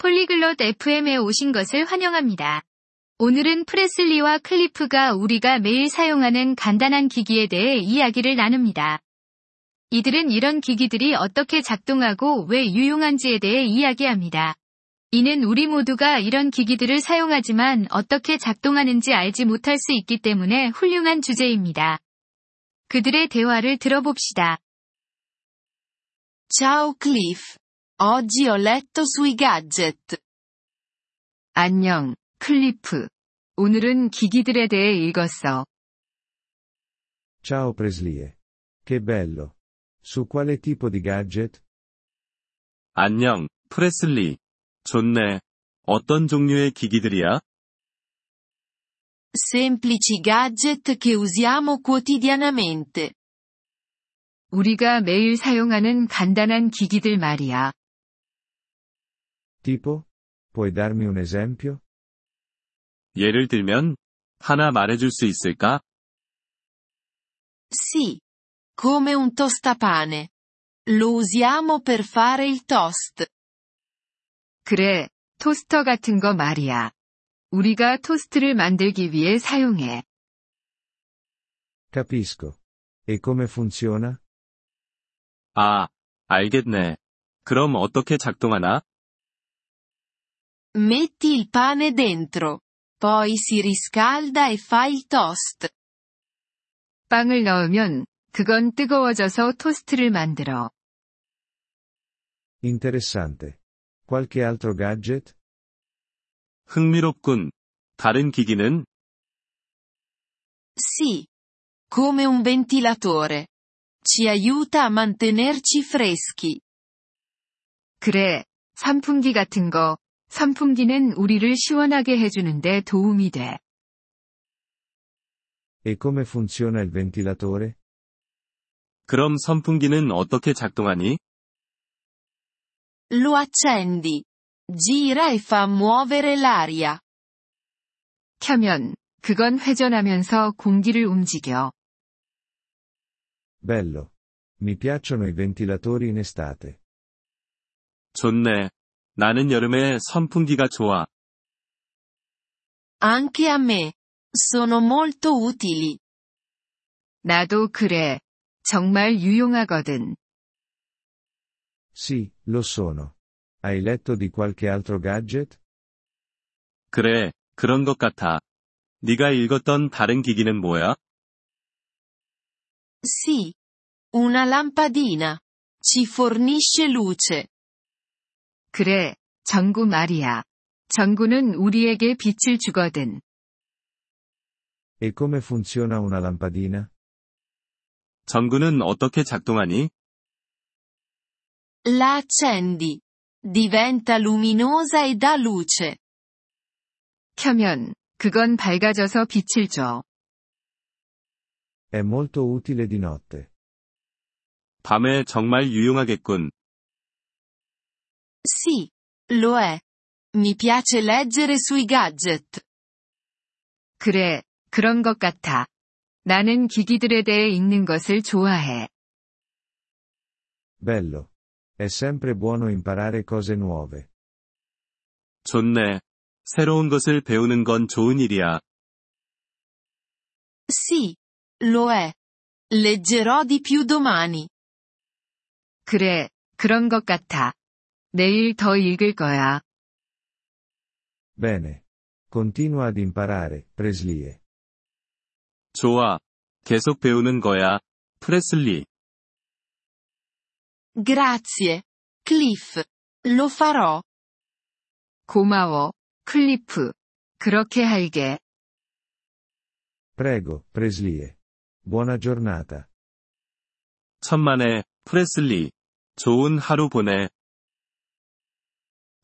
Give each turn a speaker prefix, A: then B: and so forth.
A: 폴리글롯 FM에 오신 것을 환영합니다. 오늘은 프레슬리와 클리프가 우리가 매일 사용하는 간단한 기기에 대해 이야기를 나눕니다. 이들은 이런 기기들이 어떻게 작동하고 왜 유용한지에 대해 이야기합니다. 이는 우리 모두가 이런 기기들을 사용하지만 어떻게 작동하는지 알지 못할 수 있기 때문에 훌륭한 주제입니다. 그들의 대화를 들어봅시다.
B: Ciao Cliff. Oggi ho letto sui gadget.
A: 안녕, 클리프. 오늘은 기기들에 대해 읽었어.
C: Ciao Preslie. Che bello. Su quale tipo di gadget?
D: 안녕, 프레슬리. 좋네. 어떤 종류의 기기들이야?
B: Semplici gadget che usiamo quotidianamente.
A: 우리가 매일 사용하는 간단한 기기들 말이야.
C: Tipo? Puoi darmi un esempio?
D: 예를 들면, 하나 말해줄 수 있을까?
B: Sì. Come un tostapane. Lo usiamo per fare il toast.
A: 그래, 토스터 같은 거 말이야. 우리가 토스트를 만들기 위해 사용해.
C: Capisco. E come funziona?
D: 아, 알겠네. 그럼 어떻게 작동하나?
B: Metti il pane dentro. Poi si riscalda e fa il toast.
A: 빵을 넣으면 그건 뜨거워져서 토스트를 만들어.
C: Interessante. Qualche altro gadget?
D: 흥미롭군. 다른 기기는?
B: Sì. Come un ventilatore. Ci aiuta a mantenerci freschi.
A: 그래, 선풍기 같은 거. 선풍기는 우리를 시원하게 해주는데 도움이 돼.
C: E come funziona il ventilatore?
D: 그럼 선풍기는 어떻게 작동하니?
B: Lo accendi. Gira e fa muovere l'aria.
A: 켜면 그건 회전하면서 공기를 움직여.
C: Bello. Mi piacciono i ventilatori in estate.
D: 좋네. 나는 여름에 선풍기가 좋아.
B: Anche a me. Sono molto utili.
A: 나도 그래. 정말 유용하거든.
C: Sì, lo sono. Hai letto di qualche altro gadget?
D: 그래, 그런 것 같아. 네가 읽었던 다른 기기는 뭐야?
B: Sì. Una lampadina. Ci fornisce luce.
A: 그래, 전구 말이야. 전구는 우리에게 빛을 주거든.
C: E come funziona una lampadina?
D: 전구는 어떻게 작동하니?
B: La accendi. Diventa luminosa e dà luce.
A: 켜면 그건 밝아져서 빛을 줘.
C: È molto utile di notte.
D: 밤에 정말 유용하겠군.
B: Sì. Lo è. Mi piace leggere sui gadget.
A: 그래, 그런 것 같아. 나는 기기들에 대해 읽는 것을 좋아해.
C: Bello. È sempre buono imparare cose nuove.
D: 좋네. 새로운 것을 배우는 건 좋은 일이야.
B: Sì. Lo è. Leggerò di più domani.
A: 그래, 그런 것 같아. 내일 더 읽을 거야.
C: Bene. Continua ad imparare, Preslie.
D: 좋아. 계속 배우는 거야. 프레슬리.
B: Grazie. Cliff. Lo farò.
A: 고마워, 클리프. 그렇게 할게.
C: Prego, Preslie. Buona giornata.
D: 천만에, 프레슬리. 좋은 하루 보내.